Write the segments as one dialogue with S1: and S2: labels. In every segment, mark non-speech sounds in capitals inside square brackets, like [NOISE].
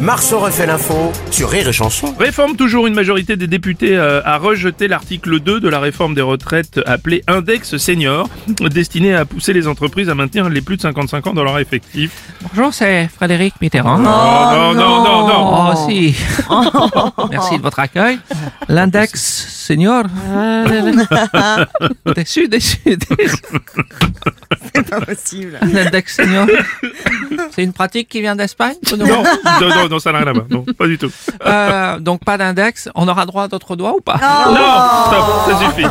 S1: Marceau refait l'info sur Rire et Chanson.
S2: Réforme toujours, une majorité des députés euh, a rejeté l'article 2 de la réforme des retraites appelée Index Senior, destiné à pousser les entreprises à maintenir les plus de 55 ans dans leur effectif. Oh,
S3: Bonjour, c'est Frédéric Mitterrand.
S2: non, non, non, non.
S3: Oh, si. [LAUGHS] Merci de votre accueil. L'index senior. déçu, déçu, déçu.
S4: possible.
S3: L'index senior. C'est une pratique qui vient d'Espagne pour nous
S2: Non, non, non, non, ça n'a rien à voir. Non, pas du tout.
S3: Euh, Donc, pas d'index. On aura droit à d'autres doigts ou pas
S2: Non, stop, ça suffit.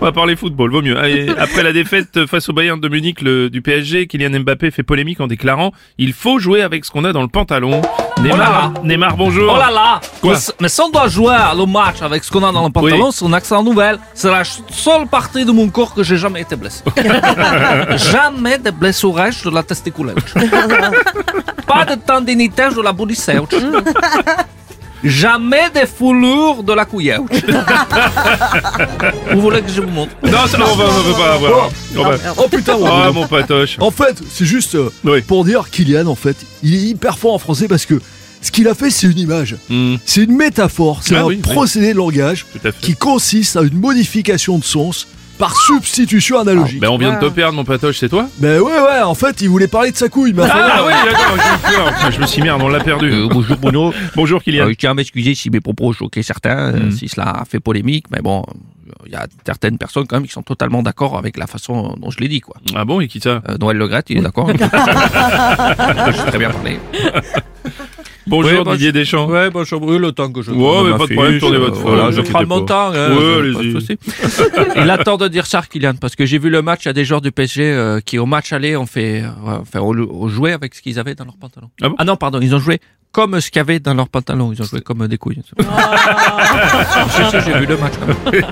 S2: On va parler football, vaut mieux. Allez, après la défaite face au Bayern de Munich le- du PSG, Kylian Mbappé fait polémique en déclarant « Il faut jouer avec ce qu'on a dans le pantalon ». Neymar, Neymar, bonjour.
S5: Oh là là
S2: Quoi
S5: mais, mais si on doit jouer le match avec ce qu'on a dans le pantalon, c'est une excellente nouvelle. C'est la ch- seule partie de mon corps que j'ai jamais été
S3: [LAUGHS]
S5: blessé. [LAUGHS] jamais de blessurage de la
S3: [LAUGHS]
S5: testiculaire. Pas de tendinitage de la
S3: [LAUGHS]
S5: bodycelle. jamais de foulure de la cuillère. vous voulez que je vous montre
S2: Non, ça, on va, on va pas avoir. On va-
S5: Oh putain, ouais.
S2: Ah, mon patoche.
S6: En fait, c'est juste euh,
S2: Oui.
S6: pour dire Kylian, en fait, il est hyper fort en français parce que ce qu'il a fait, c'est une image.
S2: Hmm,
S6: C'est une métaphore, c'est
S2: Ah
S6: un
S2: oui, oui.
S6: procédé de langage
S2: tout à fait. Ah.
S6: qui consiste à une modification de sens par substitution analogique.
S2: Ben on vient de te perdre mon patoche, c'est toi
S6: Ben ouais, ouais, en fait, il voulait parler de sa couille, mais enfin,
S2: Ah oui, d'accord, je me suis- enfin, je me suis merde, on l'a perdu.
S3: Euh, bonjour Bruno.
S2: [LAUGHS] Bonjour Ah, Kylian.
S3: Euh, je tiens à m'excuser si mes propos ont choqué certains, euh,
S5: Mm.
S3: si cela a fait polémique, mais bon, il y a certaines personnes quand même qui sont totalement d'accord avec la façon dont je l'ai dit, quoi.
S2: Ah bon, et qui ça
S3: Euh, Noël Legrette, il est d'accord Je suis très bien parlé.
S2: Bonjour
S5: Ouais, bah,
S2: Didier Deschamps.
S5: Ouais, bah, je brûle le temps que je.
S2: Ouais,
S5: tourne
S2: mais
S5: ma
S2: pas de problème,
S5: fiche,
S2: tournez votre
S5: euh,
S2: feuille,
S5: voilà,
S2: vous
S5: Je
S2: inquiétez
S5: prends mon temps.
S2: pas.
S5: hein,
S2: Ouais,
S3: euh,
S5: je-
S2: allez-y.
S5: pas de
S2: [LAUGHS]
S5: souci.
S3: Il a tort de dire ça, Kylian, parce que j'ai vu le match à des joueurs du PSG euh, qui, au match aller, ont fait, euh, enfin, ont, ont joué avec ce qu'ils avaient dans leurs pantalons.
S2: Ah bon
S3: non, pardon, ils ont joué comme ce qu'il y avait dans leurs pantalons. Ils ont joué comme des couilles. Je sais, j'ai vu le match. quand même.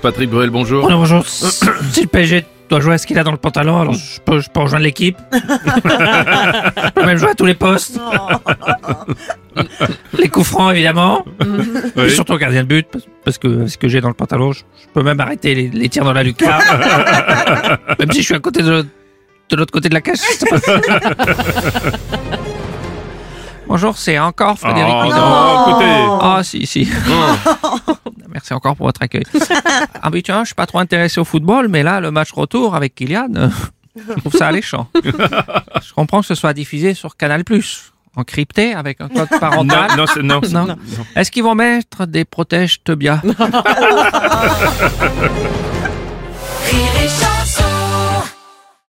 S2: Patrick Bruel, bonjour.
S7: Bonjour, bonjour. [CLEARS THROAT] Si le PSG doit jouer à ce qu'il a dans le pantalon,
S2: Mm.
S7: alors je peux, je peux rejoindre
S2: [LAUGHS]
S7: l'équipe. je peux même jouer à tous les postes. les coups francs, évidemment.
S2: Oui.
S7: Et surtout gardien de but, parce- parce que ce que j'ai dans le pantalon, je, je peux même arrêter les, les tirs dans la
S2: [LAUGHS]
S7: lucarne. même si je suis à côté de, de l'autre côté de la cage. ça
S2: [LAUGHS]
S7: passe.
S3: Bonjour, c'est encore
S2: Oh,
S3: Frédéric Mitterrand.
S2: non, écoutez.
S3: Ah, si, si. [LAUGHS] Merci encore pour votre accueil. [LAUGHS] Habituellement, je suis pas trop intéressé au football, mais là, le match retour avec Kylian, euh, je trouve ça alléchant. je comprends que ce soit diffusé sur Canal+, encrypté avec un code parental.
S2: Non, non, c'est- non.
S3: Non. Est-ce qu'ils vont mettre des protèges teubia